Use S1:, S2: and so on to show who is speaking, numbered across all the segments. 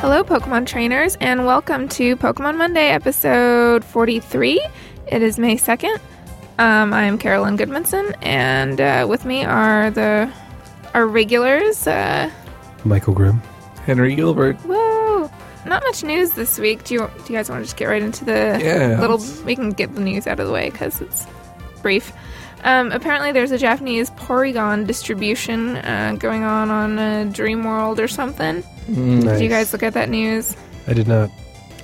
S1: Hello, Pokemon trainers, and welcome to Pokemon Monday, episode 43. It is May 2nd. Um, I'm Carolyn Goodmanson, and uh, with me are the our regulars. Uh,
S2: Michael Grimm.
S3: Henry Gilbert.
S1: whoa! Not much news this week. Do you do you guys want to just get right into the
S3: Yeah.
S1: little? We can get the news out of the way because it's brief. Um, apparently, there's a Japanese Porygon distribution uh, going on on uh, DreamWorld or something.
S3: Mm,
S1: Did you guys look at that news?
S2: I did not.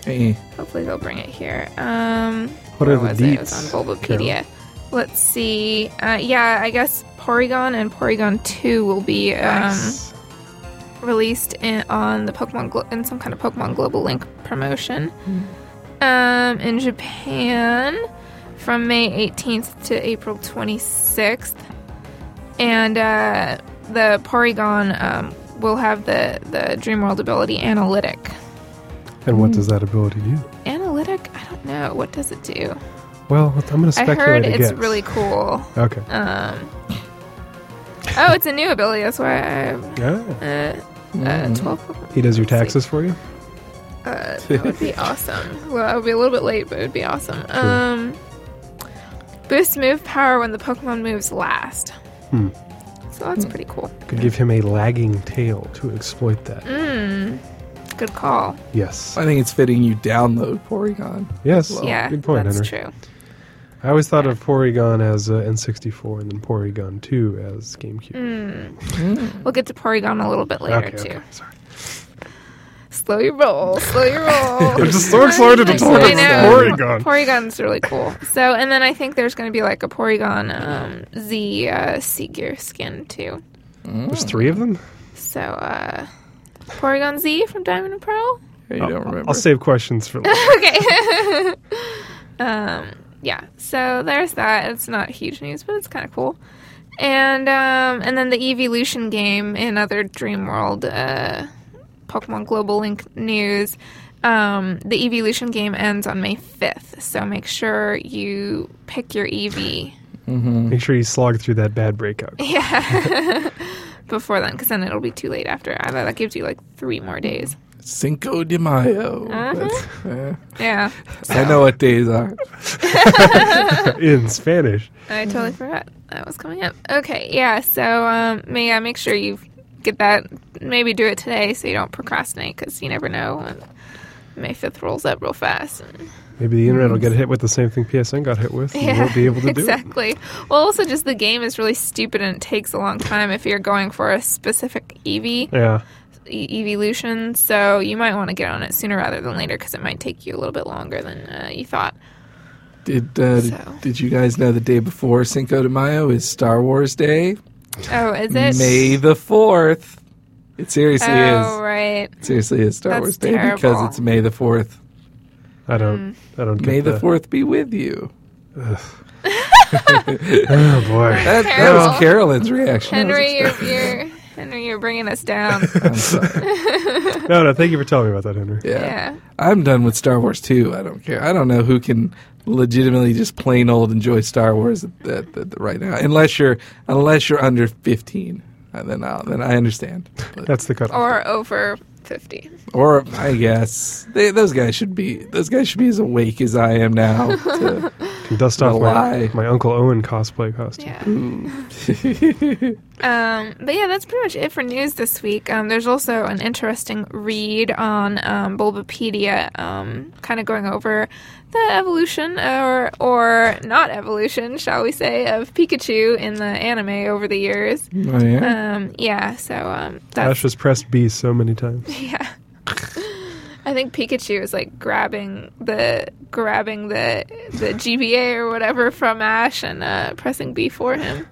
S3: hey.
S1: Hopefully they'll bring it here. Um,
S2: What
S1: where
S2: are the
S1: was it? It was
S2: deets,
S1: on Bulbapedia. Let's see. Uh, yeah, I guess Porygon and Porygon Two will be um, released in, on the Pokemon Glo- in some kind of Pokemon Global Link promotion. Um, in Japan, from May 18th to April 26th, and uh, the Porygon um, will have the the Dreamworld ability Analytic.
S2: And what does that ability do?
S1: Analytic? I don't know. What does it do?
S2: Well, I'm going to
S1: I
S2: speculate.
S1: heard
S2: a
S1: it's
S2: guess.
S1: really cool.
S2: Okay.
S1: Um, oh, it's a new ability. That's why I have
S2: Yeah.
S1: uh, uh,
S3: Mm.
S1: 12 Pokemon.
S2: Mm-hmm. He does your taxes for you?
S1: Uh, that would be awesome. Well, it would be a little bit late, but it would be awesome. Um, boost move power when the Pokemon moves last.
S2: Hmm.
S1: So that's pretty cool.
S2: Could give him a lagging tail to exploit that.
S1: Mm, Oh, good call.
S2: Yes.
S3: I think it's fitting you download Porygon.
S2: Yes.
S3: Well,
S1: yeah,
S2: good point,
S1: that's
S2: Henry.
S1: true.
S2: I always thought of Porygon as uh, N64 and then Porygon 2 as GameCube.
S1: Mm. We'll get to Porygon a little bit later,
S2: okay,
S1: too.
S2: okay. Sorry.
S1: Slow your roll. Slow your roll.
S2: I'm just so excited to
S1: I
S2: talk about
S1: know.
S2: Porygon.
S1: Porygon's really cool. So, and then I think there's going to be like a Porygon um, Z uh, Sea Gear skin too. Mm.
S2: There's three of them?
S1: So, uh, Porygon Z from Diamond and Pearl.
S3: Hey, you
S2: I'll-
S3: don't remember.
S2: I'll save questions for later.
S1: Okay. um, yeah. So there's that. It's not huge news, but it's kind of cool. And um, and then the Evolution game in other Dreamworld uh, Pokemon Global Link news. Um, the Evolution game ends on May 5th, so make sure you pick your E EV.
S3: Mm-hmm.
S2: Make sure you slog through that bad breakout.
S1: Yeah. Before then, because then it'll be too late after. I that gives you like three more days.
S3: Cinco de Mayo.
S1: Uh-huh.
S3: That's- yeah.
S1: Yeah.
S3: I know what days are.
S2: In Spanish.
S1: I totally
S2: Mm-hmm.
S1: forgot that was coming up. Okay, yeah. So, um, may I make sure you get that? Maybe do it today so you don't procrastinate because you never know. When May fifth rolls up real fast. And,
S2: Maybe the internet will get hit with the same thing PSN got hit with. and You won't be able to do it.
S1: Mm. exactly. Well, also just the game is really stupid and it takes a long time if you're going for a specific EV
S2: Yeah.
S1: e- evolution. So you might want to get on it sooner rather than later because it might take you a little bit longer than uh, you thought.
S3: Did, uh,
S1: So.
S3: did you guys know the day before Cinco de Mayo is Star Wars Day?
S1: Oh, is it?
S3: May the 4th. It seriously
S1: Oh,
S3: is.
S1: right.
S3: It seriously is Star
S1: That's
S3: Wars Day because
S1: terrible.
S3: it's May the 4th.
S2: I
S1: Mm.
S2: don't. I don't get
S3: May the
S2: that.
S3: 4th be with you.
S2: Oh boy.
S3: That, that
S1: Terrible.
S3: was Carolyn's reaction. I was
S1: Henry, you're, you're Henry, you're bringing us down.
S3: expecting- I'm sorry.
S2: No, no. Thank you for telling me about that, Henry.
S1: yeah.
S3: I'm done with Star Wars 2. I don't care. I don't know who can legitimately just plain old enjoy Star Wars at, at, at, right now, unless you're unless you're under 15. Uh, Then I'll, then I understand. But-
S2: That's the cut.
S1: Or over 50.
S3: or I guess they, those guys should be those guys should be as awake as I am now. to-
S2: Can dust off my,
S3: lie.
S2: my Uncle Owen cosplay costume.
S1: Yeah.
S3: Mm-hmm.
S1: um, but yeah, that's pretty much it for news this week. Um, there's also an interesting read on um, Bulbapedia, um, kind of going over the evolution or or not evolution, shall we say, of Pikachu in the anime over the years.
S3: oh, yeah.
S1: Um, yeah, so um, that's
S2: Ash has pressed B so many times.
S1: Yeah. I think Pikachu is like grabbing the grabbing the the GBA or whatever from Ash and uh, pressing B for him.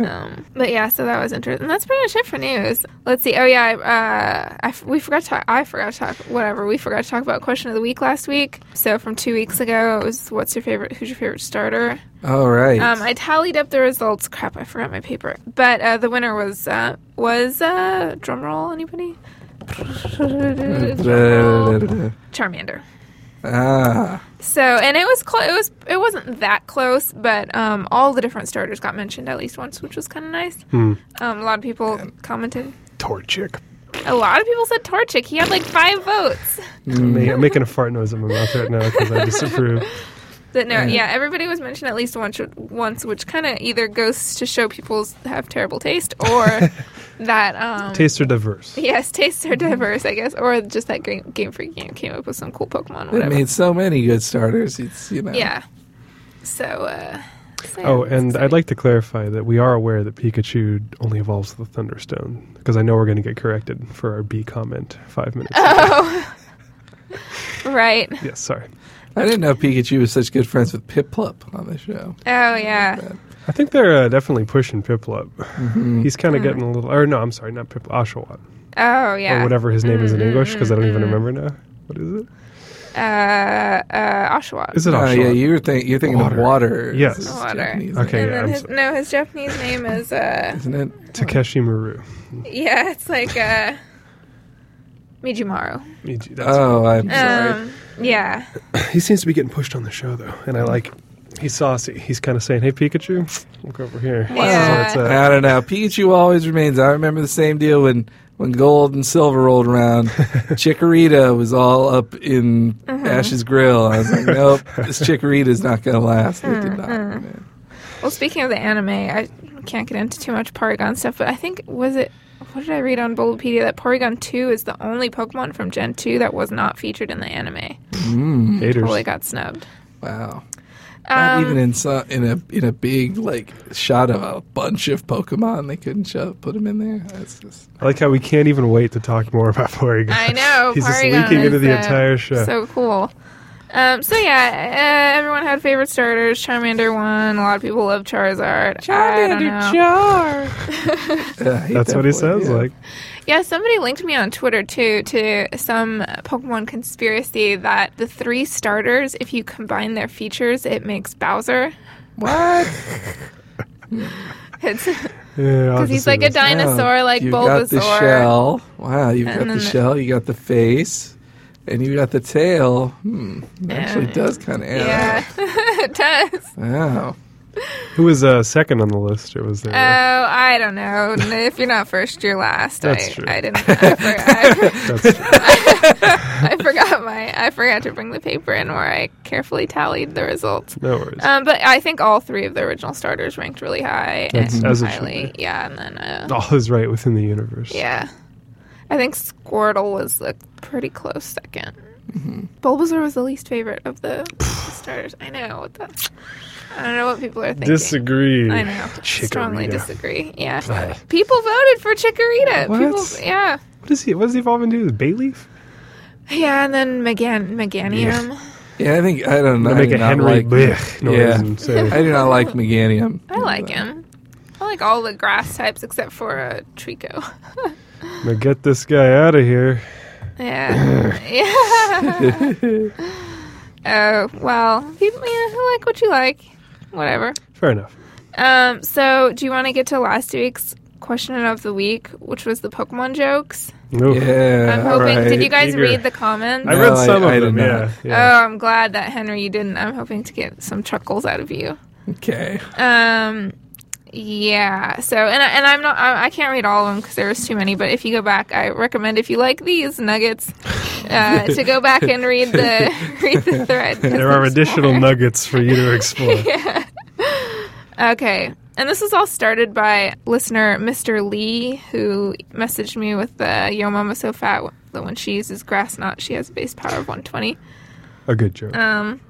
S1: um, but yeah, so that was interesting. And that's pretty much it for news. Let's see. Oh yeah, I, uh, I f- we forgot to talk. I forgot to talk. Whatever. We forgot to talk about question of the week last week. So from two weeks ago, it was what's your favorite? Who's your favorite starter?
S3: All right.
S1: Um, I tallied up the results. Crap, I forgot my paper. But uh, the winner was uh, was uh, drumroll. Anybody? Drumroll. Charmander.
S3: ah,
S1: So, and it was close. It was it wasn't that close, but um, all the different starters
S2: Hmm.
S1: got mentioned at least once, which was kind of nice. Um, a lot of people commented.
S2: Torchic.
S1: A lot of people said Torchic. He had like five votes.
S3: mm.
S2: I'm ma- I'm making a fart noise in my mouth right now because I disapprove.
S1: But no,
S3: Yeah.
S1: yeah, everybody was mentioned at least once, once which kind of either goes to show people have terrible taste or that um,
S2: Tastes are diverse.
S1: Yes, tastes
S2: Mm-hmm.
S1: are diverse, I guess, or just that Game, game Freak game came up with some cool Pokemon.
S3: They
S1: Whatever.
S3: made so many good starters. It's you know.
S1: yeah. So. uh so, yeah,
S2: Oh,
S1: that's
S2: and I'd
S1: exciting.
S2: like to clarify that we are aware that Pikachu only evolves the Thunderstone because I know we're going to get corrected for our B comment five minutes. ago.
S1: Oh. right.
S2: Yes, sorry.
S3: I didn't know Pikachu was such good friends with Piplup on the show.
S1: Oh yeah.
S2: I think they're uh, definitely pushing Piplup.
S3: Mhm.
S2: He's kind of
S1: Mm.
S2: getting a little, or no, I'm sorry, not Piplup, Oshawott.
S1: Oh yeah.
S2: Or whatever his name is in
S1: Mm,
S2: English because I don't even
S1: mm, mm.
S2: remember now. What is it?
S1: Uh, uh, Oshawa.
S2: Is it
S3: Oh,
S2: Oshawott?
S3: yeah, you were think, you're thinking
S2: Water.
S3: of water.
S2: Yes.
S3: It's
S1: Water.
S3: Japanese,
S2: Okay,
S1: and
S2: yeah,
S1: then
S2: I'm
S1: his,
S2: sorry.
S1: no, his Japanese name is uh,
S3: Isn't it?
S2: Takeshi Maru.
S1: yeah, it's like uh, Mijimaru.
S2: Me too, that's-
S3: Oh, I'm sorry.
S1: Um, yeah.
S2: He seems to be getting pushed on the show though, and I like. Mm. He's saucy. He's kind of saying, "Hey Pikachu, look over here."
S1: Wow.
S2: That's what's up.
S3: I don't know. Pikachu always remains. I remember the same deal when when gold and silver rolled around. Chikorita was all up in
S1: Uh-huh.
S3: Ash's grill. I was like, nope, this Chikorita's not going to last. It did not.
S1: Uh-huh.
S3: man.
S1: Well, speaking of the anime, I can't get into too much Porygon stuff, but I think was it what did I read on Bulbapedia that Porygon Two is the only Pokemon from Gen Two that was not featured in the anime.
S3: Mm,
S2: Haters.
S1: Totally got snubbed.
S3: wow. Not
S1: Um,
S3: even in so, in a in a big like shot of a bunch of Pokemon, they couldn't shove, put them in there. That's just,
S2: I like how we can't even wait to talk more about Porygon.
S1: I know
S2: He's just
S1: Porygon
S2: leaking into
S1: is,
S2: the
S1: uh,
S2: entire show.
S1: So cool. Um, so yeah, uh, everyone had favorite starters. Charmander won. A lot of people love Charizard. I don't know.
S3: Char.
S2: That's what he sounds like.
S1: Yeah, somebody linked me on Twitter too to some Pokemon conspiracy that the three starters, if you combine their features, it makes Bowser.
S3: What?
S1: Because
S2: Yeah, I'll have to
S1: he's
S2: see
S1: like a
S2: this.
S1: dinosaur, like
S3: you got the
S1: Bulbasaur.
S3: shell. Wow, you've
S1: And
S3: got
S1: then
S3: the
S1: the-
S3: shell. You got the face, and you got the tail. Hmm, it actually
S1: Yeah.
S3: does kind of
S1: Yeah,
S3: add
S1: it does.
S3: up. Wow.
S2: Who was uh, second on the list? It was there.
S1: Oh, I don't know. If you're not first, you're last.
S2: That's
S1: I,
S2: true.
S1: I didn't. I, for, I,
S2: That's true.
S1: I forgot my. I forgot to bring the paper in where I carefully tallied the results.
S2: no worries.
S1: Um, but I think all three of the original starters ranked really high
S2: That's-
S1: and
S2: as it should
S1: highly. Yeah, and then uh,
S2: All is right within the universe.
S1: Yeah. I think Squirtle was a pretty close 2nd
S2: Mm-hmm.
S1: Bulbasaur was the least favorite of the starters. I know what the I don't know what people are thinking.
S2: Disagree.
S1: I know. Strongly
S2: Chikorita.
S1: disagree. Yeah.
S2: Ugh.
S1: People voted for Chikorita.
S2: What?
S1: People yeah.
S2: What is he? What does he evolve into? Bay leaf?
S1: Yeah, and then Megan Meganium.
S3: Yeah, I think I don't know.
S2: I
S3: I
S2: make
S3: do
S2: a
S3: not
S2: Henry
S3: like-
S2: Blech noise
S3: Yeah.
S2: and say,
S3: I do not like Meganium.
S1: I like him. I like all the grass types except for uh, Trico.
S2: "Now get this guy out of here."
S1: Yeah. yeah. Oh, well, people, yeah, like what you like. Whatever.
S2: Fair enough.
S1: Um, so do you want to get to last week's question of the week, which was the Pokemon jokes?
S2: No.
S3: Yeah.
S1: I'm hoping.
S3: right.
S1: Did you guys
S2: eager.
S1: read the comments?
S2: Uh, I
S3: No,
S2: read
S3: I-
S2: some of
S3: I
S2: them.
S3: did
S2: Yeah.
S3: not.
S2: yeah.
S1: Oh, I'm glad that Henry you didn't. I'm hoping to get some chuckles out of you.
S3: Okay.
S1: Um, yeah. So and I- and I'm not. I, I can't read all of them because there was too many. But if you go back, I recommend if you like these nuggets, uh, to go back and read the read the thread. 'cause
S2: There are
S1: there's
S2: additional
S1: more.
S2: nuggets for you to explore.
S1: yeah. Okay. And this is all started by listener Mr. Lee, who messaged me with the Yo Mama So Fat that when she uses grass knot, she has a base power of 120.
S2: A good joke.
S1: Um,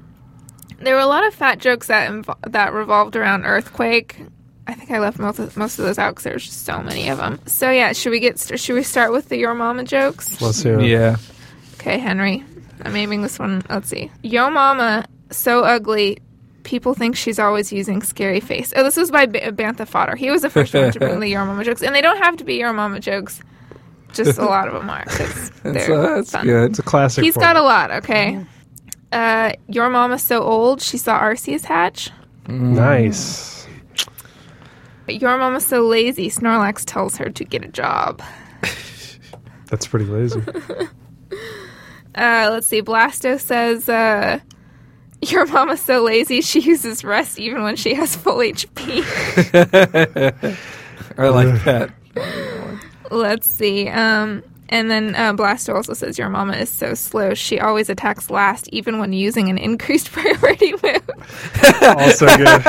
S1: there were a lot of fat jokes that invo- that revolved around earthquake. I think I left most of, most of those out because there's just so many of them. So yeah, should we get st- should we start with the Your Mama jokes?
S2: Bless you.
S3: Yeah.
S1: Okay, Henry. I'm aiming this one. Let's see. Yo mama, so ugly. People think she's always using scary face. Oh, this was by B- Bantha Fodder. He was the first one to bring the Your Mama jokes. And they don't have to be Your Mama jokes. Just a lot of them are. 'cause
S3: And
S1: they're
S3: so that's
S1: fun.
S3: good.
S2: It's a classic.
S1: He's got
S2: format.
S1: a lot, okay? Uh, Your mama's so old, she saw Arceus hatch.
S3: Mm.
S2: nice.
S1: Your mama's so lazy, Snorlax tells her to get a job.
S2: That's pretty lazy.
S1: Uh, let's see. Blasto says, uh, "Your mama's so lazy; she uses rest even when she has full HP."
S3: I like that.
S1: let's see. Um, And then uh, Blaster also says your mama is so slow. She always attacks last, even when using an increased priority move.
S2: Also good.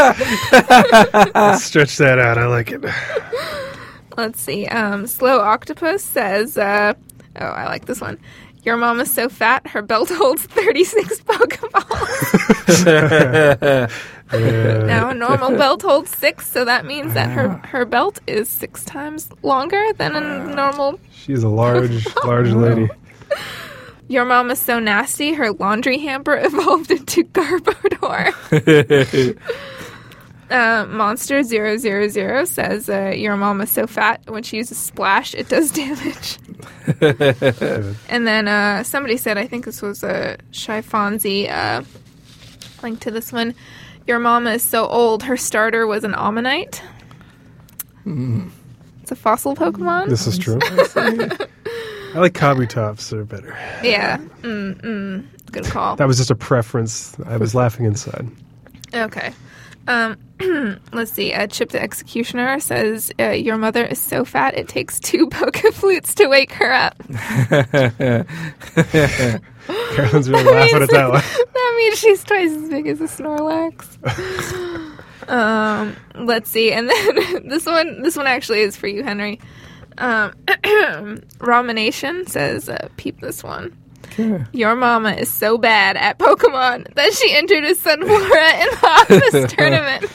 S2: Let's stretch that out. I like it.
S1: Let's see. Um, Slow Octopus says, uh, "Oh, I like this one. Your mama's so fat, her belt holds thirty-six Pokeballs.
S2: Yeah.
S1: now a normal belt holds six, so that means that her her belt is six times longer than a normal
S2: She's a large, large lady.
S1: Your mom is so nasty, her laundry hamper evolved into Garbodor. uh, Monster 000 says, uh, Your mom is so fat, when she uses splash, it does damage. and then uh, somebody said, I think this was a Shy Fonzie uh, link to this one. Your mama is so old, her starter was an Ammonite. It's a fossil Pokemon.
S2: This is true. I like Kabutops. They're better.
S1: yeah. Mm, mm. Good call.
S2: That was just a preference. I was laughing inside.
S1: Okay. Um, let's see. Uh, Chip the Executioner says, uh, Your mother is so fat it takes two poker flutes to wake her up.
S2: Carolyn's really laughing at that one.
S1: that means she's twice as big as a Snorlax. um, let's see. And then this one, this one actually is for you, Henry. Um, Romination says, uh, Peep this one. Your mama is so bad at Pokemon that she injured his son Flora in the office tournament.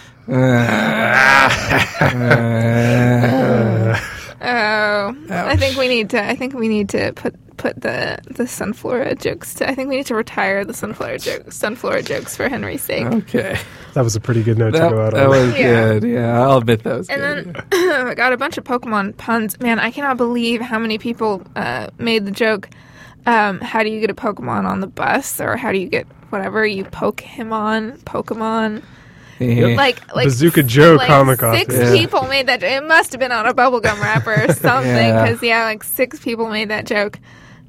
S2: Uh,
S1: Oh, I think we need to. I think we need to put put the the sunflora jokes. To, I think we need to retire the sunflower jokes. Sunflora jokes for Henry's sake.
S2: Oh,
S3: okay.
S2: That was a pretty good note
S3: That,
S2: to go out
S3: that
S2: on.
S3: was
S1: Yeah.
S3: good. Yeah, I'll admit that was
S1: And
S3: good.
S1: then I got a bunch of Pokemon puns. Man, I cannot believe how many people uh, made the joke. Um, how do you get a Pokemon on the bus, or how do you get whatever you poke him on Pokemon?
S3: Yeah.
S1: Like like
S2: Eh, Bazooka Joe
S1: like
S2: comic author.
S1: Six
S3: Yeah.
S1: people made that. It must have been on a bubblegum wrapper or something.
S3: Yeah.
S1: Because yeah. like six people made that joke.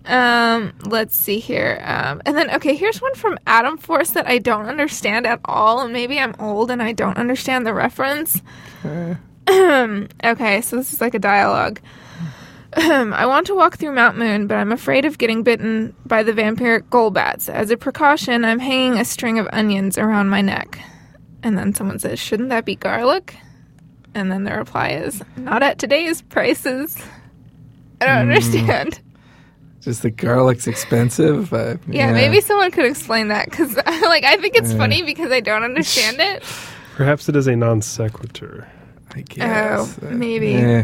S1: Um, let's see here. Um, and then okay, here's one from Adam Force that I don't understand at all, and maybe I'm old and I don't understand the reference. okay, so this is like a dialogue. Um, I want to walk through Mount Moon, but I'm afraid of getting bitten by the vampiric golbats. As a precaution, I'm hanging a string of onions around my neck. And then someone says, Shouldn't that be garlic? And then the reply is, Not at today's prices. I
S3: Mm.
S1: don't understand.
S3: Just the garlic's expensive. Uh,
S1: Yeah, maybe someone could explain that because, like, I think it's funny because I don't understand it.
S2: Perhaps it is a non sequitur.
S3: I guess.
S1: Oh, maybe.
S3: Yeah.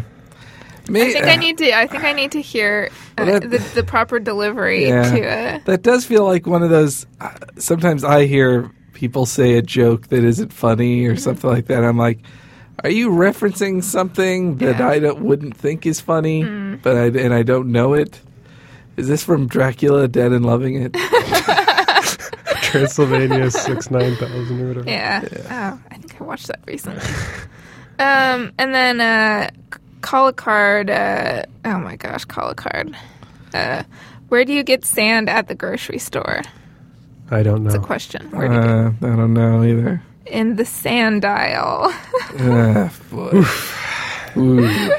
S1: I
S3: May-
S1: think I need to. I think I need to hear uh,
S3: Well, that-
S1: the, the proper delivery
S3: Yeah.
S1: to. Uh,
S3: That does feel like one of those. Uh, sometimes I hear people say a joke that isn't funny
S1: Mm-hmm.
S3: or something like that. I'm like, are you referencing something that
S1: Yeah. Mm-hmm.
S3: I don't, wouldn't think is funny, but I and I don't know it? Is this from Dracula, Dead and Loving It?
S2: Transylvania 6 9000 or whatever.
S1: Yeah. Oh, I think I watched that recently. um, and then uh, C- Colocard. Uh, oh my gosh, Colocard. Uh, where do you get sand at the grocery store?
S2: I don't know.
S1: It's a question. Where do you
S3: Oh. Uh, I don't know either.
S1: get in the sand aisle?
S3: Ah, boy. Ooh,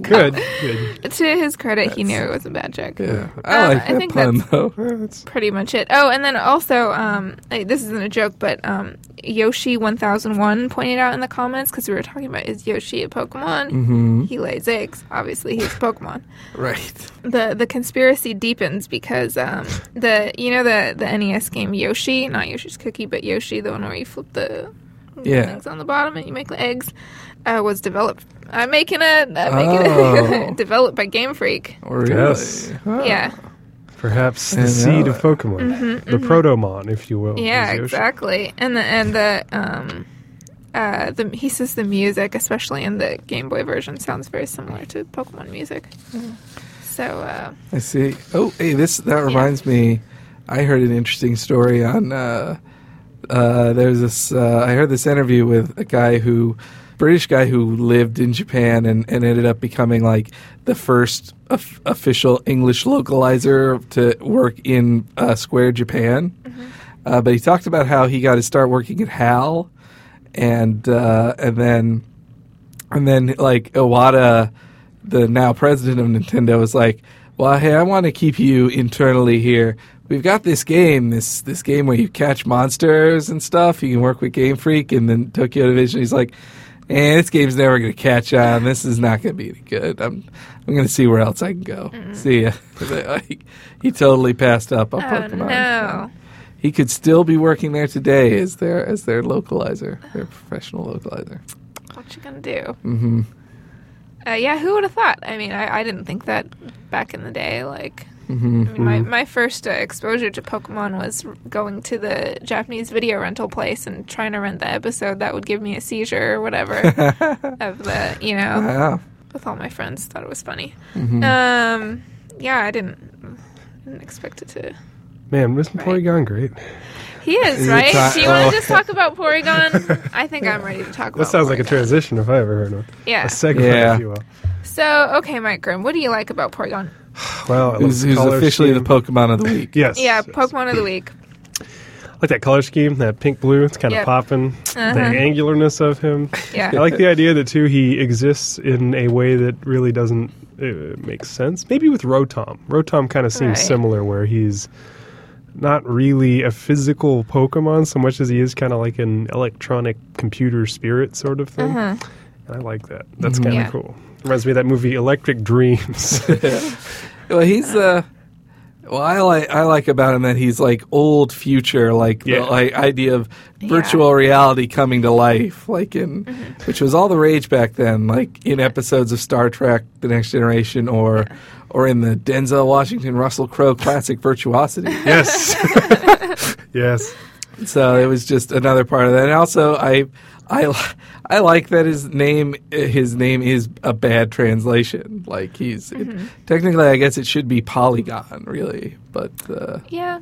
S2: Good. Good.
S1: to his credit, he knew it was a bad joke.
S3: yeah. I
S1: Um,
S3: like
S1: I
S3: that
S1: think
S3: pun
S1: that's-
S3: though.
S2: Well, that's-
S1: Pretty much it. Oh, and then also, um, like, this isn't a joke, but um, Yoshi one thousand one pointed out in the comments because we were talking about is Yoshi a Pokemon?
S3: Mhm.
S1: He lays eggs. Obviously, he's a Pokemon.
S3: Right.
S1: the the conspiracy deepens because um, the you know the the NES game Yoshi, not Yoshi's Cookie, but Yoshi, the one where you flip the
S3: Yeah.
S1: things on the bottom and you make the eggs, uh, was developed. I'm making a I'm making
S3: Oh.
S1: a developed by Game Freak.
S3: Really?
S2: Yes.
S3: Huh.
S1: Yeah, Mm-hmm,
S2: Perhaps the
S3: And uh,
S2: seed
S3: now-
S2: of Pokemon. The protomon, if you will.
S1: yeah,
S2: is Yoshi.
S1: exactly. And the and the um, uh, the he says the music, especially in the Game Boy version, sounds very similar to Pokemon music. So uh,
S3: I see. Oh, hey, this that reminds me. I heard an interesting story on. Uh, uh, there's this. Uh, I heard this interview with a guy who, British guy who lived in Japan and, and ended up becoming like the first of- official English localizer to work in uh, Square Japan. Uh, but he talked about how he got his start working at HAL, and uh, and then and then like Iwata, the now president of Nintendo, was like, Well, hey, I want to keep you internally here. We've got this game, this this game where you catch monsters and stuff. You can work with Game Freak and then Tokyo Division. He's like, eh, this game's never going to catch on. This is not going to be any good. I'm I'm going to see where else I can go. See ya. "Oh, he totally passed up on
S1: Mm-hmm. Oh
S3: Pokemon.
S1: no.
S3: He could still be working there today as their as their localizer, their professional localizer.
S1: What you gonna do?
S3: hmm
S1: Uh, yeah, who would have thought? I mean, I, I didn't think that back in the day. Like,
S3: hmm
S1: I mean, my, my first uh, exposure to Pokemon was r- going to the Japanese video rental place and trying to rent the episode that would give me a seizure or whatever of the, you know,
S3: Wow.
S1: with all my friends. Thought it was funny.
S2: Mm-hmm.
S3: Mhm.
S1: Um, yeah, I didn't, didn't expect it to.
S2: Man, isn't
S1: Right.
S2: Porygon great?
S1: He is,
S3: Is it
S1: right?
S3: ti-
S1: Do you want
S3: oh.
S1: to just talk about Porygon? I think I'm ready to talk about
S2: That sounds like a
S1: Porygon.
S2: transition if I ever heard one.
S1: Yeah.
S2: A segue,
S3: Yeah.
S2: if you will.
S1: So, okay, Mike Grimm, what do you like about Porygon?
S2: Wow, I love
S3: Who's,
S2: the
S3: who's
S2: color
S3: officially the
S2: scheme.
S3: Pokemon of the week?
S2: Yes.
S1: Yeah,
S2: yes.
S1: Pokemon of the Week.
S2: like that color scheme, that pink blue. It's kind of
S1: Yep.
S2: popping.
S1: Uh-huh.
S2: The angularness of him.
S1: Yeah.
S2: I like the idea that too he exists in a way that really doesn't uh, make sense. Maybe with Rotom. Rotom kind of
S1: Right.
S2: seems similar, where he's not really a physical Pokemon so much as he is kind of like an electronic computer spirit sort of thing.
S1: Uh-huh.
S2: And I like that. That's
S3: Mhm.
S2: kind of
S1: Yeah.
S2: cool. Reminds me of that movie Electric Dreams.
S3: Well, he's uh well, I like I like about him that he's like old future, like
S2: Yeah.
S3: the like idea of
S1: Yeah.
S3: virtual reality coming to life, like in which was all the rage back then, like in episodes of Star Trek: The Next Generation, or or in the Denzel Washington Russell Crowe classic Virtuosity.
S2: yes. yes.
S3: So it was just another part of that. And also, I, I, I like that his name, his name is a bad translation. Like he's it-
S1: Mm-hmm.
S3: technically, I guess it should be Polygon, really, but uh,
S1: Yeah.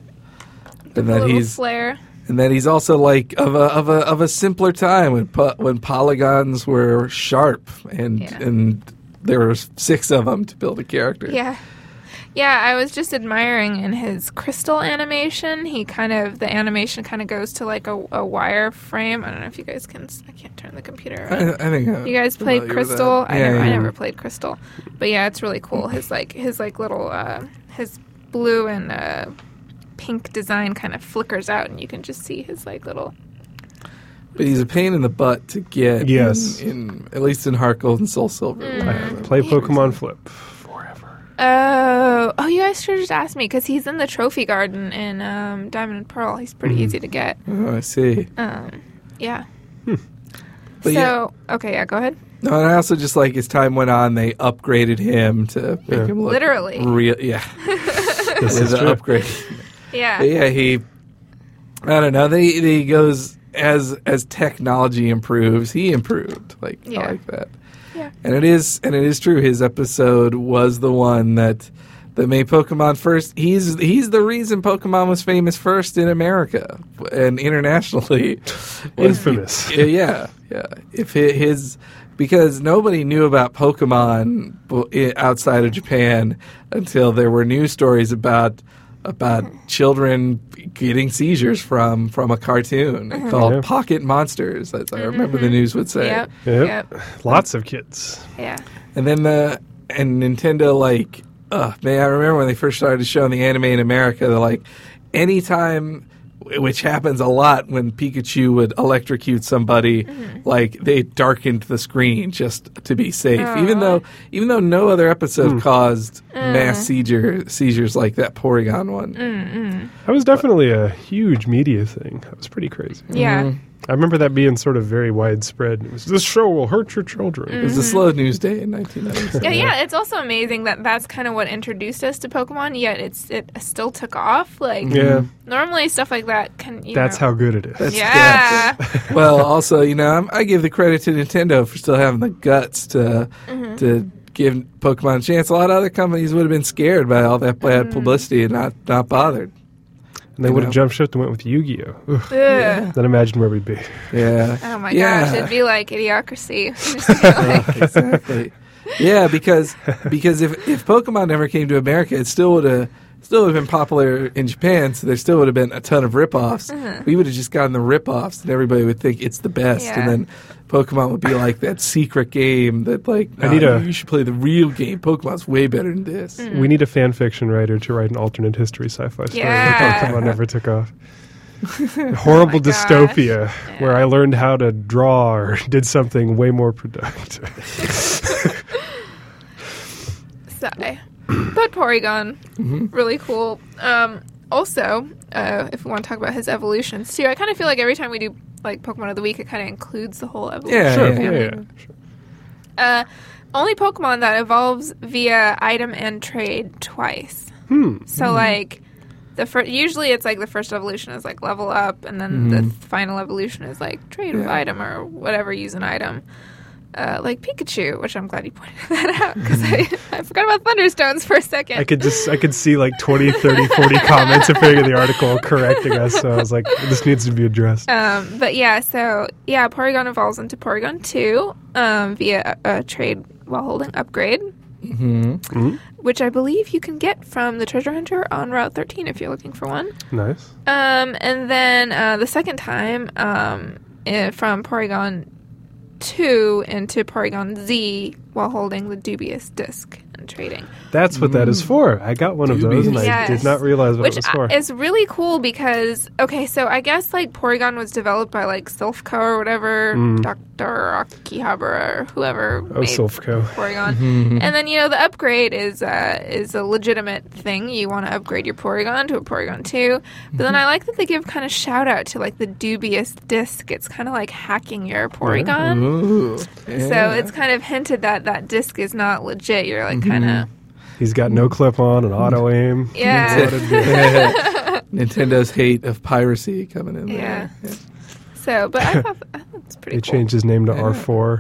S3: and
S1: a
S3: that
S1: little
S3: he's
S1: flair.
S3: and that he's also like of a of a of a simpler time when po- when polygons were sharp and
S1: Yeah.
S3: and there were six of them to build a character.
S1: Yeah. Yeah, I was just admiring in his crystal animation. He kind of the animation kind of goes to like a, a wire frame. I don't know if you guys can. s- I can't turn the computer.
S3: I,
S1: Around.
S3: I think I'm
S1: You guys
S3: familiar
S1: played
S3: with
S1: Crystal?
S3: that.
S1: I,
S3: Yeah,
S1: never, I
S3: yeah.
S1: never played Crystal, but yeah, it's really cool. His like his like little uh, his blue and uh, pink design kind of flickers out, and you can just see his like little
S3: But he's a pain in the butt to get. in-
S2: Yes.
S3: In, at least in Heart Gold and Soul Silver.
S1: Um,
S2: Play Pokemon Flip forever.
S1: Oh, oh! You guys should just ask me because he's in the trophy garden in um, Diamond and Pearl. He's pretty easy to get.
S3: Oh, I see.
S1: Um, yeah.
S3: Hmm. But yeah,
S1: so okay, yeah. Go ahead.
S3: no, and I also just like as time went on, they upgraded him to make
S2: Yeah.
S3: him look
S1: Literally.
S3: Real, yeah,
S2: This
S3: with
S2: is
S3: the
S2: true.
S3: upgrade.
S1: Yeah.
S3: But yeah, he. I don't know. They they goes as as technology improves, he improved. Like
S1: Yeah.
S3: I like that.
S1: Yeah.
S3: And it is and it is true. His episode was the one that that made Pokemon first. He's he's the reason Pokemon was famous first in America and internationally. Was-
S2: Infamous.
S3: yeah, yeah, yeah. If hi- his because nobody knew about Pokemon bo- i- outside of Japan until there were news stories about about children getting seizures from from a cartoon called
S2: Yeah.
S3: Pocket Monsters. As I remember the news would say.
S1: Yep.
S2: Yep.
S1: Yep.
S2: Lots of kids.
S1: Yeah.
S3: And then the and Nintendo like uh man, I remember when they first started showing the anime in America, they're like anytime which happens a lot when Pikachu would electrocute somebody, like they darkened the screen just to be safe. Even
S1: Aw.
S3: though even though no other episode caused mass seizure seizures like that Porygon one.
S1: Mm-hmm.
S2: That was definitely a huge media thing. That was pretty crazy.
S3: Mm-hmm.
S1: Yeah.
S2: I remember that being sort of very widespread. It was, this show will hurt your children.
S1: Mm.
S3: It was a slow news day in 1997.
S1: Yeah, yeah, it's also amazing that that's kind of what introduced us to Pokemon. Yet it's it still took off. Like
S2: Yeah,
S1: normally stuff like that can. You
S2: that's
S1: know-
S2: how good it is.
S3: That's-
S1: Yeah.
S3: well, also, you know, I'm, I give the credit to Nintendo for still having the guts to
S1: Mm-hmm.
S3: to give Pokemon a chance. A lot of other companies would have been scared by all that
S1: Mm.
S3: bad publicity and not not bothered.
S2: And they would have jumped shipped and went with Yu-Gi-Oh. Ugh,
S1: Ugh.
S2: then imagine where we'd be.
S3: Yeah.
S1: Oh my
S3: Yeah.
S1: gosh, it'd be like idiocracy. Just be like-
S3: exactly. Yeah, because because if if Pokemon never came to America, it still would have still would have been popular in Japan. So there still
S1: Uh-huh.
S3: would have been a ton of ripoffs. offs We would have just gotten the ripoffs, and everybody would think it's the best.
S1: Yeah.
S3: And then Pokemon would be like that secret game that like
S2: I
S3: nah,
S2: need a-
S3: you should play the real game. Pokemon's way better than this.
S1: Mm.
S2: We need a fan fiction writer to write an alternate history sci-fi story
S1: Yeah.
S2: where Pokemon never took off. Horrible
S1: Oh my gosh.
S2: dystopia where
S1: Yeah.
S2: I learned how to draw or did something way more productive.
S1: Sigh. But Porygon, really cool. Um, also, uh, if we want to talk about his evolutions too, I kind of feel like every time we do like Pokemon of the Week, it kind of includes the whole evolution.
S3: Yeah,
S2: sure,
S3: yeah,
S2: yeah,
S1: family.
S2: yeah, sure.
S1: Uh, only Pokemon that evolves via item and trade twice.
S2: Hmm.
S1: So like the first, usually it's like the first evolution is like level up, and then
S2: Mm-hmm.
S1: the final evolution is like trade with
S3: Yeah.
S1: item or whatever use an item. Uh, like Pikachu, which I'm glad you pointed that out because I, I forgot about Thunderstones for a second.
S2: Mm-hmm. I could just I could see like 20, 30, 40 comments appearing in the article correcting us. So I was like, this needs to be addressed.
S1: Um, but yeah, so yeah, Porygon evolves into Porygon 2 um, via a, a trade while holding upgrade,
S3: Mm-hmm.
S1: Mm.
S2: Hmm.
S1: which I believe you can get from the Treasure Hunter on Route 13 if you're looking for one.
S2: Nice.
S1: Um, and then uh, the second time um, eh, from Porygon 2 into Porygon Z while holding the dubious disc and trading.
S2: That's what that is for. I got one of those and I
S1: Mm. Yes.
S2: did not realize what
S1: Which
S2: it was for.
S1: I- is really cool because okay, so I guess like Porygon was developed by like Silphco or whatever, Doctor Akihabara or whoever.
S2: oh,
S1: made
S2: Silphco.
S3: Mm-hmm.
S1: Porygon, Uh, and then you know the upgrade is uh, is a legitimate thing. You want to upgrade your Porygon to a Porygon two, but then I like that they give kind of shout out to like the dubious disc. It's kind of like hacking your Porygon.
S3: Ooh,
S1: So it's kind of hinted that that disc is not legit. You're like kind of
S2: He's got no clip on and auto aim.
S1: Mm. yeah.
S3: Nintendo's hate of piracy coming in
S1: Yeah.
S3: there.
S1: So, but I thought, I thought it's pretty
S2: They
S1: cool. Uh,
S2: changed his name to R4.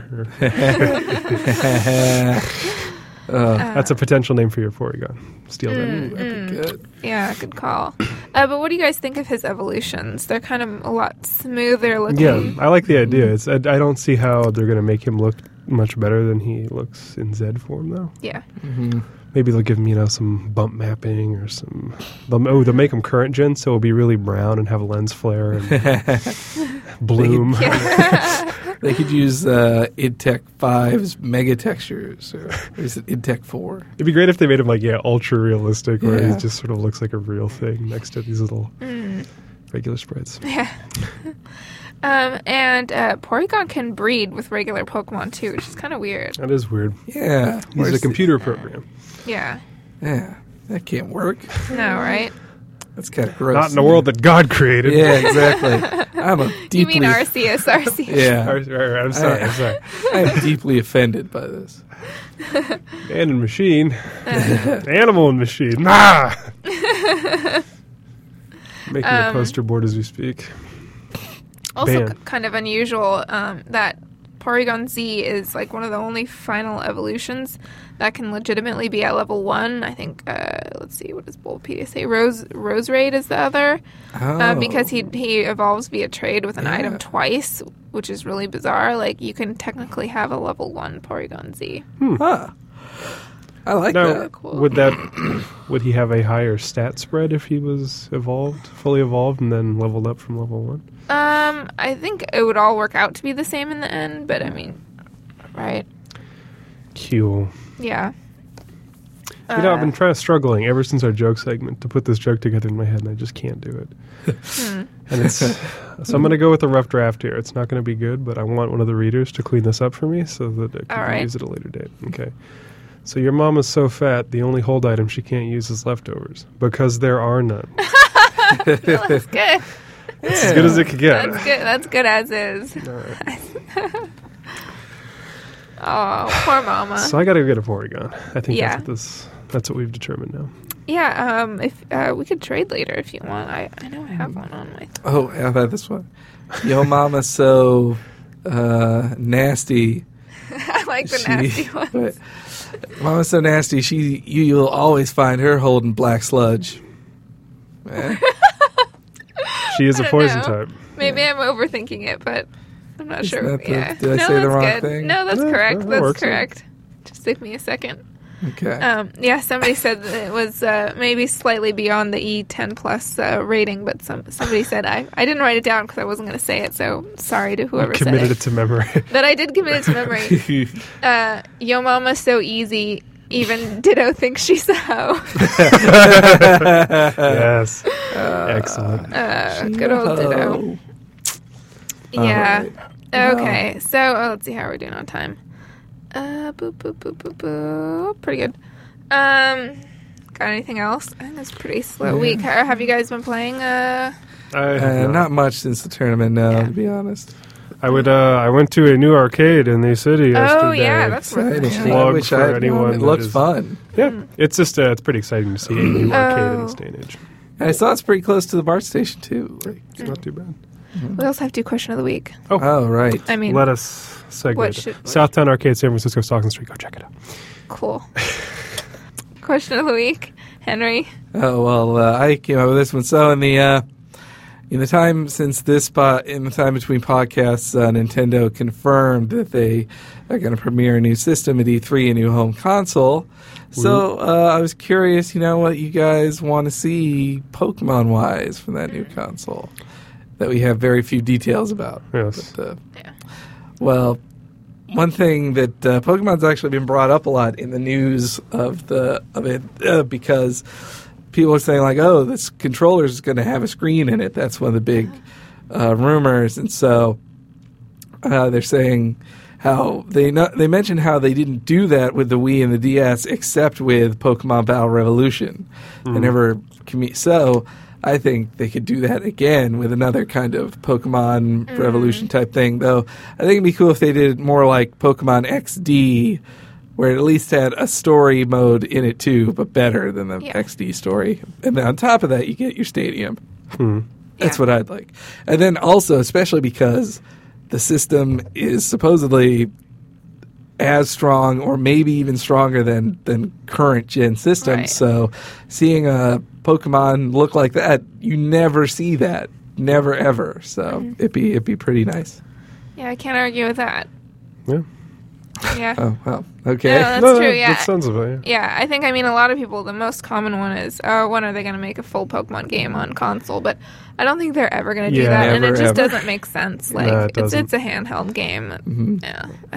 S3: Oh,
S2: That's a potential name for your Porygon. Steal that.
S1: Mm.
S3: That'd be good.
S1: Yeah, good call. Uh, but what do you guys think of his evolutions? They're kind of a lot smoother looking.
S2: Yeah, I like the
S1: Mm.
S2: idea. It's I, I don't see how they're going to make him look much better than he looks in Zed form, though.
S1: Yeah. mm.
S3: Uh,
S2: Maybe they'll give him, you know, some bump mapping or some. They'll, oh, they'll make him current gen, so he'll be really brown and have lens flare and bloom.
S3: mm-hmm. They could use uh, id Tech 5's mega textures, or is it id Tech 4?
S2: It'd be great if they made him like yeah, ultra realistic, where
S3: Yeah.
S2: he just sort of looks like a real thing next to these little regular sprites.
S1: Um, and uh, Porygon can breed with regular Pokemon too, which is kind of weird.
S2: That is weird.
S3: Yeah.
S2: He's
S3: Where's
S2: a
S3: the-
S2: computer program.
S1: Yeah.
S3: Yeah. That can't work.
S1: No, right?
S3: That's kind of gross.
S2: Not in the world that God created.
S3: Yeah, exactly. I'm a deeply.
S1: You mean Arceus? Arceus.
S2: All right,
S3: Yeah.
S2: all right, I'm sorry. I'm sorry.
S3: I'm deeply offended by this.
S2: Man and machine.
S1: Uh,
S2: Animal and machine. Ah! Making a poster board as we speak.
S1: Also,
S2: Ban.
S1: k- kind of unusual um, that Porygon Z is like one of the only final evolutions that can legitimately be at level one. I think. Uh, let's see, what does Bulbapedia say? Rose Rose Raid is the other uh,
S3: Oh.
S1: because he he evolves via trade with an item
S3: Yeah.
S1: twice, which is really bizarre. Like you can technically have a level one Porygon Z.
S3: Huh. I like
S2: Now,
S3: that.
S1: cool.
S2: would that would he have a higher stat spread if he was evolved, fully evolved, and then leveled up from level one?
S1: Um, I think it would all work out to be the same in the end, but I mean, right?
S2: Cool.
S1: Yeah.
S2: You know, I've
S1: Uh,
S2: been trying struggling ever since our joke segment to put this joke together in my head, and I just can't do it.
S1: Uh, hmm.
S2: and it's so I'm going to go with a rough draft here. It's not going to be good, but I want one of the readers to clean this up for me so that I can
S1: All right.
S2: use it at a later date. Okay. So your mom is so fat, the only hold item she can't use is leftovers because there are none.
S1: That's good.
S2: As good as it could get.
S1: That's good. That's good as is.
S2: All right.
S1: Oh, poor mama.
S2: So I got to get a Porygon. I think
S1: Yeah.
S2: that's what this. That's what we've determined now.
S1: yeah. Um. If uh, we could trade later if you want. I I know I have one on my.
S3: Oh, I thought this one. Yo, mama, so uh, nasty.
S1: I like the nasty ones.
S3: but mama's so nasty. She, you, you'll always find her holding black sludge. Eh,
S2: She is
S1: I
S2: a
S1: don't
S2: poison
S1: know.
S2: type.
S1: Maybe I'm overthinking it, but I'm not
S3: Is
S1: sure.
S3: that the-
S1: yeah.
S3: did I
S1: no,
S3: say the
S1: that's
S3: wrong
S1: good.
S3: thing?
S1: No, that's
S2: No,
S1: correct.
S2: that
S1: that's
S2: works.
S1: correct. Just give me a second.
S3: Okay.
S1: Um, yeah, somebody said that it was uh, maybe slightly beyond the E10 plus uh, rating, but some somebody said I, I didn't write it down because I wasn't going to say it. So sorry to whoever said
S2: committed
S1: it.
S2: it to memory.
S1: but I did commit it to memory. Uh, Yo mama's so easy. Even Ditto thinks she's a hoe.
S2: yes. Excellent.
S1: Uh, good
S3: Oh.
S1: old Ditto. Um, Yeah. Okay. So oh, let's see how we're doing on time. Uh, boop, boop, boop, boop, boop. Pretty good. Um, got anything else? I think it's a pretty slow week. How, have you guys been playing? Uh,
S2: I, have
S3: Uh,
S2: not-
S3: not much since the tournament, no,
S1: Yeah.
S3: to be honest.
S2: I would. Uh, I went to a new arcade in the city yesterday.
S1: oh yeah, that's worth it.
S3: Exciting.
S1: Yeah.
S2: Plug
S3: I wish
S2: for
S3: I had
S2: anyone
S3: known. It
S2: that
S3: looks
S2: is-
S3: fun.
S2: yeah. It's just. Uh, it's pretty exciting to see a
S1: Oh.
S2: new arcade in this day and age.
S3: And I saw it's pretty close to the BART station, too. Like,
S2: It's not too bad. Uh,
S1: We also have two question of the week.
S3: oh, right.
S1: I mean,
S2: Let us
S1: What
S2: segment
S1: should- what-
S2: Southtown Arcade, San Francisco, Stockton Street. Go check it out.
S1: cool. question of the week, Henry.
S3: Oh well, uh, I came up with this one. So in the uh, in the time since this spot, in the time between podcasts, uh, Nintendo confirmed that they are going to premiere a new system at E3, a new home console. So uh, I was curious, you know, what you guys want to see Pokemon wise from that new console that we have very few details about.
S2: Yes.
S3: But, uh,
S1: Yeah.
S3: well, one thing that uh, Pokemon's actually been brought up a lot in the news of the of it uh, because people are saying like, "Oh, this controller's going to have a screen in it." That's one of the big uh, rumors, and so uh, they're saying how they no they mentioned how they didn't do that with the Wii and the DS, except with Pokemon Battle Revolution. They never commu- so. I think they could do that again with another kind of Pokemon Revolution type thing, though. I think it'd be cool if they did more like Pokemon XD, where it at least had a story mode in it too, but better than the
S1: Yeah.
S3: XD story. And then on top of that, you get your stadium.
S2: Hmm.
S3: That's
S1: Yeah.
S3: what I'd like. And then also, especially because the system is supposedly as strong or maybe even stronger than than current gen systems.
S1: Right.
S3: So seeing a Pokemon look like that, you never see that. Never ever. So
S1: Mm-hmm.
S3: it'd be it'd be pretty nice.
S1: Yeah, I can't argue with that.
S2: Yeah.
S1: Yeah.
S3: Oh well. Okay.
S1: No, That's
S2: No,
S1: true,
S2: that-
S1: yeah.
S2: That sounds about it.
S1: Yeah, I think I mean a lot of people. The most common one is, oh, when are they going to make a full Pokemon game on console? But I don't think they're ever going to do
S2: Yeah,
S1: that, and it
S3: never,
S1: just
S3: ever.
S1: doesn't make sense.
S2: No,
S1: Like
S2: it
S1: it's
S2: doesn't.
S1: it's a handheld game. Yeah, I
S3: Mm-hmm.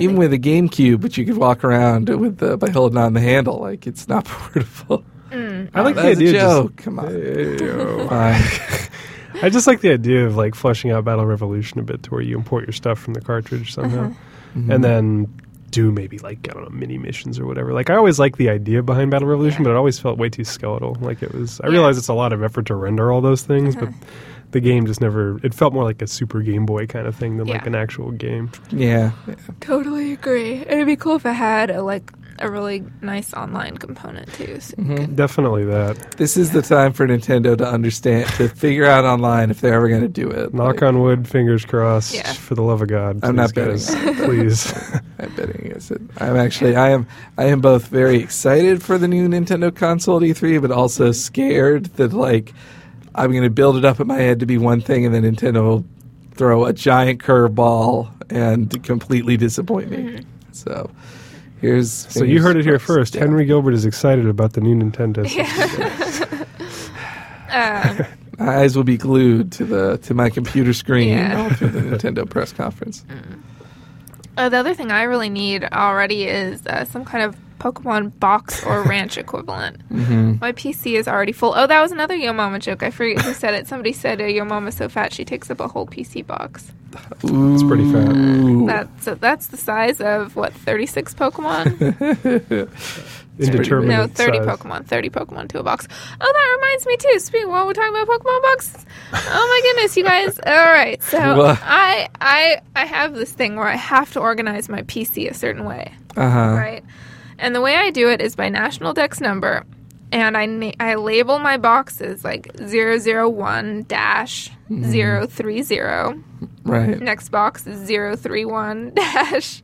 S3: even
S1: think-
S3: with a GameCube, but you could walk around with the, by holding on the handle, like it's not portable.
S1: Mm,
S2: I like
S3: That
S2: the
S3: was a
S2: idea. just- oh,
S3: joke. Come on.
S2: Ew.
S3: Fine.
S2: I just like the idea of like fleshing out Battle Revolution a bit to where you import your stuff from the cartridge somehow,
S1: Uh-huh.
S3: Mm-hmm.
S2: and then do maybe like I don't know mini missions or whatever. Like I always like the idea behind Battle Revolution,
S1: Yeah.
S2: but it always felt way too skeletal. Like it was.
S1: Yeah.
S2: I
S1: Uh-huh.
S2: realize it's a lot of effort to render all those things, but the game just never. It felt more like a Super Game Boy kind of thing than like
S1: Yeah.
S2: an actual game.
S3: yeah.
S1: totally agree. It'd be cool if it had a, like a really nice online component too. So you could-
S2: Definitely that.
S3: This is the time for Nintendo to understand, to figure out online if they're ever going to do it.
S2: Knock
S3: Like,
S2: on wood, fingers crossed.
S1: Yeah.
S2: For the love of God,
S3: I'm not
S2: please, guys, please.
S3: I'm betting it's. I'm actually. I am. I am both very excited for the new Nintendo console E3, but also scared that like I'm going to build it up in my head to be one thing, and then Nintendo will throw a giant curveball and completely disappoint me. So here's.
S2: So you heard it here first.
S3: Yeah.
S2: Henry Gilbert is excited about the new Nintendo. System.
S1: um,
S3: My eyes will be glued to the to my computer screen
S1: Yeah.
S3: all through the Nintendo press conference.
S1: oh, the other thing I really need already is uh, some kind of Pokemon box or ranch equivalent.
S3: Mm-hmm.
S1: My PC is already full. Oh, that was another Yo Mama joke. I forget who said it. Somebody said, oh, Yo Mama's so fat she takes up a whole PC box.
S3: It's
S2: pretty fat.
S1: That's, so that's the size of, what, 36 Pokemon?
S2: Indeterminate
S1: no, 30
S2: size.
S1: Pokemon. 30 Pokemon to a box. Oh, that reminds me, too. Speaking while we're talking about Pokemon boxes. Oh, my goodness, you guys. All right. So
S3: What?
S1: I, I, I have this thing where I have to organize my PC a certain way.
S3: Uh huh.
S1: Right. And the way I do it is by national dex number. And I, na- I label my boxes like 001 dash 030.
S3: Right.
S1: Next box is 031 dash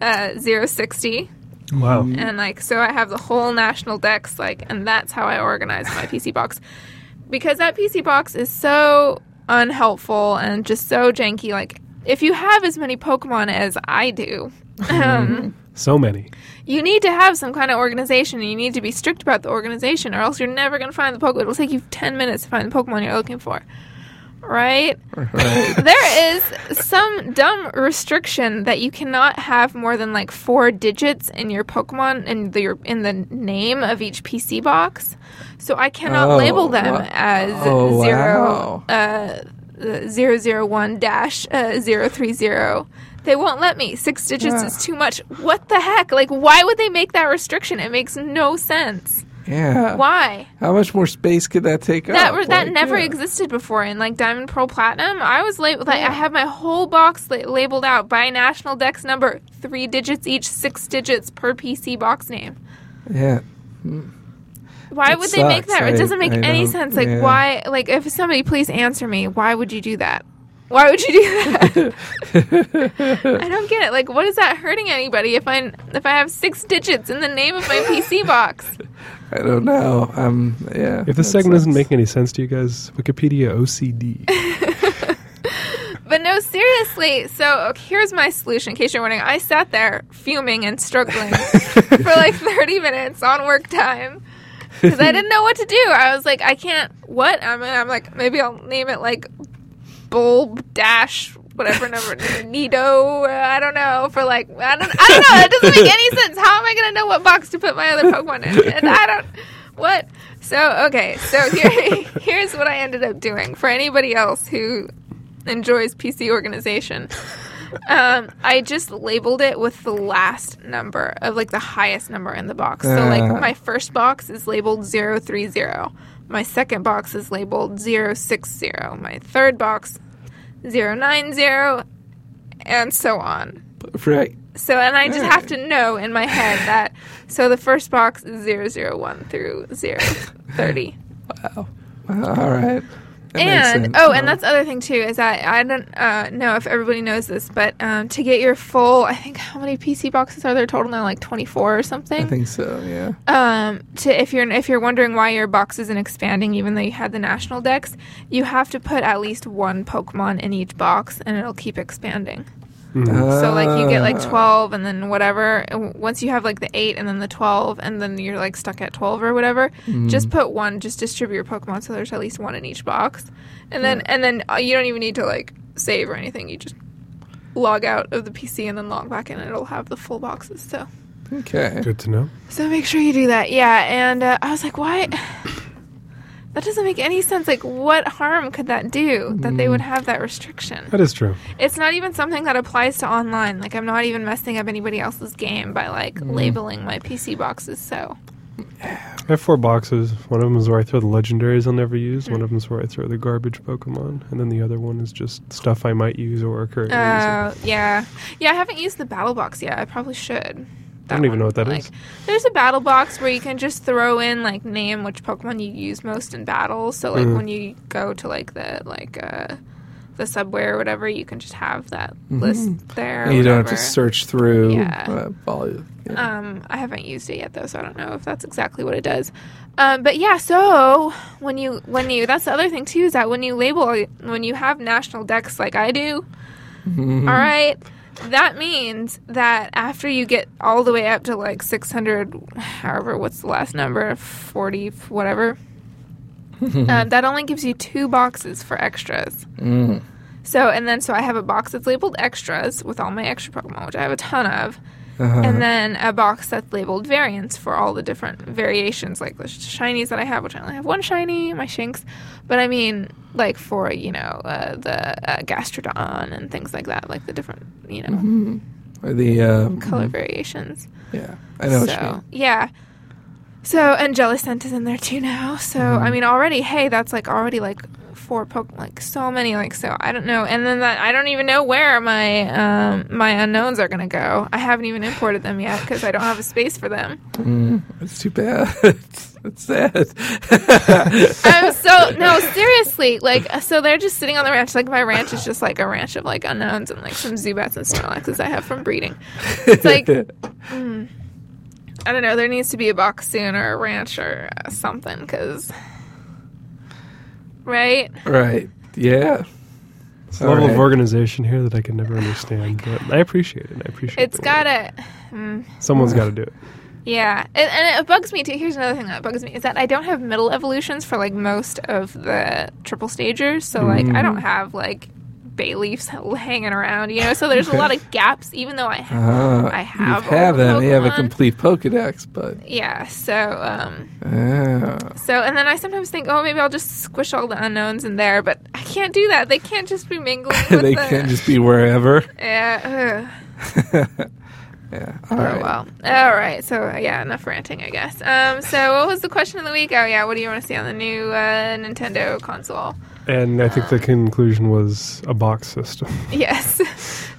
S1: uh, 060.
S2: Wow.
S1: And like, so I have the whole national dex, like, and that's how I organize my PC box. Because that PC box is so unhelpful and just so janky. Like, if you have as many Pokemon as I do, um,
S2: So many.
S1: You need to have some kind of organization, and you need to be strict about the organization, or else you're never going to find the Pokemon. It'll take you 10 minutes to find the Pokemon you're looking for. Right? there is some dumb restriction that you cannot have more than like four digits in your Pokemon in the your, in the name of each PC box. So I cannot
S3: Oh,
S1: label them
S3: wow.
S1: as
S3: Oh,
S1: zero uh, uh, zero zero one dash uh, zero three zero. They won't let me. Six digits
S3: Yeah.
S1: is too much. What the heck? Like, why would they make that restriction? It makes no sense.
S3: Yeah.
S1: Why?
S3: How much more space could that take
S1: that
S3: up?
S1: were- that
S3: Like,
S1: never
S3: yeah.
S1: existed before in like diamond pearl platinum i was labeled like i have my whole box la- labeled out by national dex number three digits each six digits per pc box name
S3: Yeah.
S1: why
S3: That
S1: would they make
S3: sucks.
S1: that it
S3: I-
S1: doesn't make
S3: I
S1: any
S3: don't-
S1: sense like
S3: yeah.
S1: why like if somebody please answer me why would you do that why would you do that i don't get it like what is that hurting anybody if i if i have six digits in the name of my pc box
S3: I don't know. Um. Yeah.
S2: If this
S3: that
S2: segment doesn't make
S3: sucks.
S2: any sense to you guys, Wikipedia OCD.
S1: But no, seriously. So okay, here's my solution. In case you're wondering, I sat there fuming and struggling for like 30 minutes on work time because I didn't know what to do. I was like, I can't. What? I'm, I'm like, maybe I'll name it like bulb dash whatever number Nido. uh, I don't know. For like, I don't, I don't know. That doesn't make any sense. How am I gonna know what box to put my other Pokemon in? And I don't. What? So okay. So here, here's what I ended up doing. For anybody else who enjoys PC organization. Um, I just labeled it with the last number of like the highest number in the box. So
S3: Ah.
S1: like my first box is labeled 030. My second box is labeled 060. My third box 090 and so on.
S3: right.
S1: So and I just have to know in my head that so the first box is 001 through 030.
S3: All right. That makes
S1: and
S3: sense.
S1: oh, and that's the other thing too is that I don't uh, know if everybody knows this, but um, to get your full, I think how many PC boxes are there total now? Like twenty four or
S3: I
S1: something.
S3: think so. Yeah.
S1: um, to if you're if you're wondering why your box isn't expanding, even though you had the national decks, you have to put at least one Pokemon in each box, and it'll keep expanding.
S2: Mm-hmm.
S3: Uh,
S1: So like you get like
S3: Ah.
S1: twelve, and then whatever. and w- Once you have like the eight, and then the twelve, and then you're like stuck at twelve or whatever. Just put one. Just distribute your Pokemon so there's at least one in each box, and then and then uh, you don't even need to like save or anything. You just log out of the PC and then log back in, and it'll have the full boxes. So
S3: Mm, Okay.
S2: Good to know.
S1: so make sure you do that. Yeah, and uh, I was like, why? That doesn't make any sense. Like, what harm could that do that they would have that restriction?
S2: That is true.
S1: It's not even something that applies to online. Like I'm not even messing up anybody else's game by like labeling my PC boxes. So
S2: I have four boxes. One of them is where I throw the legendaries I'll never use. One of them is where I throw the garbage Pokemon, and then the other one is just stuff I might use or are currently using.
S1: uh, yeah, yeah. I haven't used the battle box yet. I probably should. That
S2: don't even know what that
S1: that is.
S2: is.
S1: There's a battle box where you can just throw in like name which Pokemon you use most in battle. So like
S2: Mhm.
S1: when you go to like the like uh, the subway or whatever, you can just have that list there. or
S3: you don't have to
S1: whatever.
S3: search through.
S1: Yeah.
S3: Uh, follow, yeah.
S1: Um, I haven't used it yet though, so I don't know if that's exactly what it does. Um, but yeah, so when you when you that's the other thing too is that when you label when you have national decks like I do,
S3: Hmm. Mm.
S1: all right, that means that after you get all the way up to like six hundred, however, what's the last number, forty whatever,
S3: Hmm.
S1: um, that only gives you two boxes for extras.
S3: Mm.
S1: So and then so I have a box that's labeled extras with all my extra Pokemon, which I have a ton of,
S3: Uh-huh.
S1: and then a box that's labeled variants for all the different variations, like the shinies that I have, which I only have one shiny, my Shinx, but I mean like for you know uh, the uh, Gastrodon and things like that, like the different you know
S3: Mm-hmm. Or the um,
S1: color variations.
S3: Yeah. I know. What you mean.
S1: so yeah. So and Jellicent is in there too now. So
S3: Mm-hmm.
S1: I mean already, hey, that's like already like four Pokemon, like so many, like so I don't know. And then that I don't even know where my um my unknowns are gonna go. I haven't even imported them yet because I don't have a space for them.
S3: That's Mm. too bad. it's, it's sad.
S1: I'm Oh, so no seriously like uh, so they're just sitting on the ranch like my ranch is just like a ranch of like unknowns and like some Zubats and Snorlaxes I have from breeding. It's like Hmm. I don't know. There needs to be a box soon or a ranch or uh, something because. Right?
S3: right. Yeah.
S2: It's a level
S3: Alright.
S2: of organization here that I can never understand, but I appreciate it. I appreciate
S1: It's
S2: the
S1: got
S2: work.
S1: to Mm,
S2: Someone's got to do it.
S1: yeah, and, and it bugs me too. Here's another thing that bugs me is that I don't have middle evolutions for like most of the triple stagers. So like I
S3: Mm.
S1: don't have like bay leaves hanging around, you know. So there's a lot of gaps, even though I have.
S3: Ah,
S1: I have
S3: you have
S1: all the
S3: them. You have a
S1: Pokemon.
S3: complete Pokedex, but
S1: Yeah. So um,
S3: ah,
S1: so and then I sometimes think, oh, maybe I'll just squish all the unknowns in there, but I can't do that. They can't just be mingling. With
S3: they
S1: the,
S3: can't just be wherever.
S1: Yeah. ugh.
S3: Yeah. All
S1: Eh, uh, Oh
S3: right.
S1: well. All right. So uh, yeah, enough ranting, I guess. Um. So what was the question of the week? Oh yeah, what do you want to see on the new uh, Nintendo console?
S2: And I think the conclusion was a box system.
S1: Yes.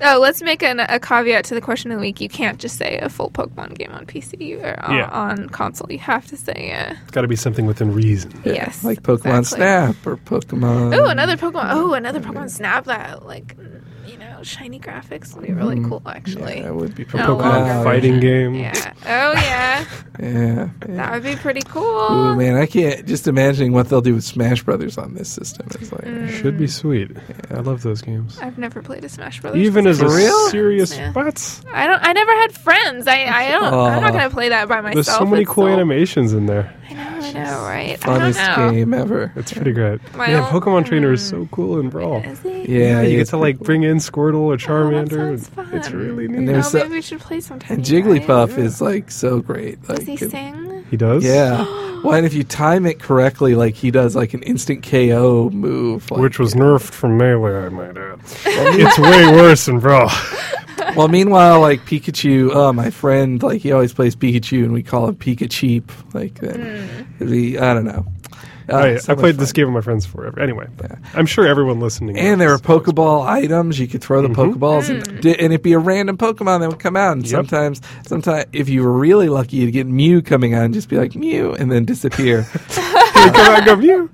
S1: oh, let's make an, a caveat to the question of the week. You can't just say a full Pokemon game on PC or on,
S2: Yeah.
S1: on console. You have to say uh,
S2: It's got to be something within reason.
S3: Yeah,
S1: yes.
S3: Like Pokemon
S1: exactly.
S3: Snap or Pokemon.
S1: Oh, another Pokemon. Oh, another Pokemon Snap that like mm, you know shiny graphics would be really
S3: Mm-hmm.
S1: cool actually.
S3: Yeah, that would be
S2: A
S1: No,
S3: Pokemon
S2: Pokemon
S1: longer
S2: fighting game.
S1: Oh, yeah. Oh yeah.
S3: Yeah.
S1: That
S3: yeah.
S1: would be pretty cool.
S3: Ooh, man, I can't just imagining what they'll do with Smash Brothers on this system. It's like
S1: Mm.
S2: Should be sweet. I love those games.
S1: I've never played a Smash Brothers.
S2: Even as a
S1: console.
S3: real?
S2: serious
S1: Yeah.
S2: what?
S1: I don't. I never had friends. I. I don't. I'm
S3: Oh.
S1: not gonna play that by myself.
S2: There's so many
S1: It's
S2: cool
S1: so-
S2: animations in there.
S1: I know. I know. Right. I don't know.
S3: funnest game ever.
S2: It's pretty great.
S1: My
S2: yeah,
S1: own-
S2: Pokemon Trainer is
S1: mm.
S2: so cool in Brawl.
S1: Is it? Oh,
S3: Yeah,
S2: you get
S3: it's
S2: to like
S3: pretty
S2: bring in Squirtle or Charmander.
S1: sounds
S2: and It's
S1: fun.
S2: really
S3: And
S2: neat.
S1: Oh,
S3: there's so-
S1: maybe we should play sometime.
S3: And
S1: you guys.
S3: Jigglypuff is like so great. Like,
S1: Does he sing?
S2: He does.
S3: yeah. well, and if you time it correctly, like he does, like an instant KO move, like-
S2: Which was nerfed from Melee, I might add. it's way worse in Brawl.
S3: Uh, Well, meanwhile, like Pikachu, uh, my friend, like he always plays Pikachu, and we call him Pika Cheap. Like then,
S1: Hmm.
S3: we- I don't know. Uh,
S2: I,
S3: so
S2: Oh, I
S3: much
S2: played this
S3: fun.
S2: game with my friends forever. Anyway, I'm sure everyone listening.
S3: And there were
S2: knows.
S3: Pokeball items. You could throw the
S2: Mhm.
S3: Pokeballs,
S1: Hmm.
S3: and, di- and it'd be a random Pokemon that would come out. And
S2: Yep.
S3: sometimes, sometimes, if you were really lucky, you'd get Mew coming out and just be like Mew, and then disappear.
S2: Here, come out, go Mew.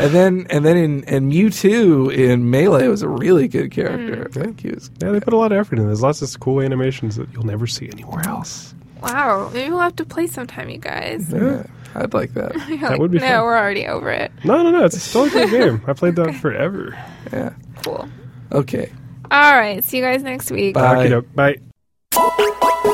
S3: and then, and then in and Mewtwo in Melee was a really good character. Like he was.
S2: Yeah, they put a lot of effort in. There's lots of cool animations that you'll never see anywhere else.
S1: Wow. Maybe we'll have to play sometime, you guys.
S3: Yeah, I'd like that.
S1: You're
S2: That would be
S1: No,
S2: fun.
S1: we're already over it.
S2: No, no, no. It's still a good game. I played that forever.
S3: Yeah.
S1: Cool.
S3: Okay.
S1: All right. See you guys next week.
S3: Bye.
S2: Okey doke. Bye.
S4: Bye.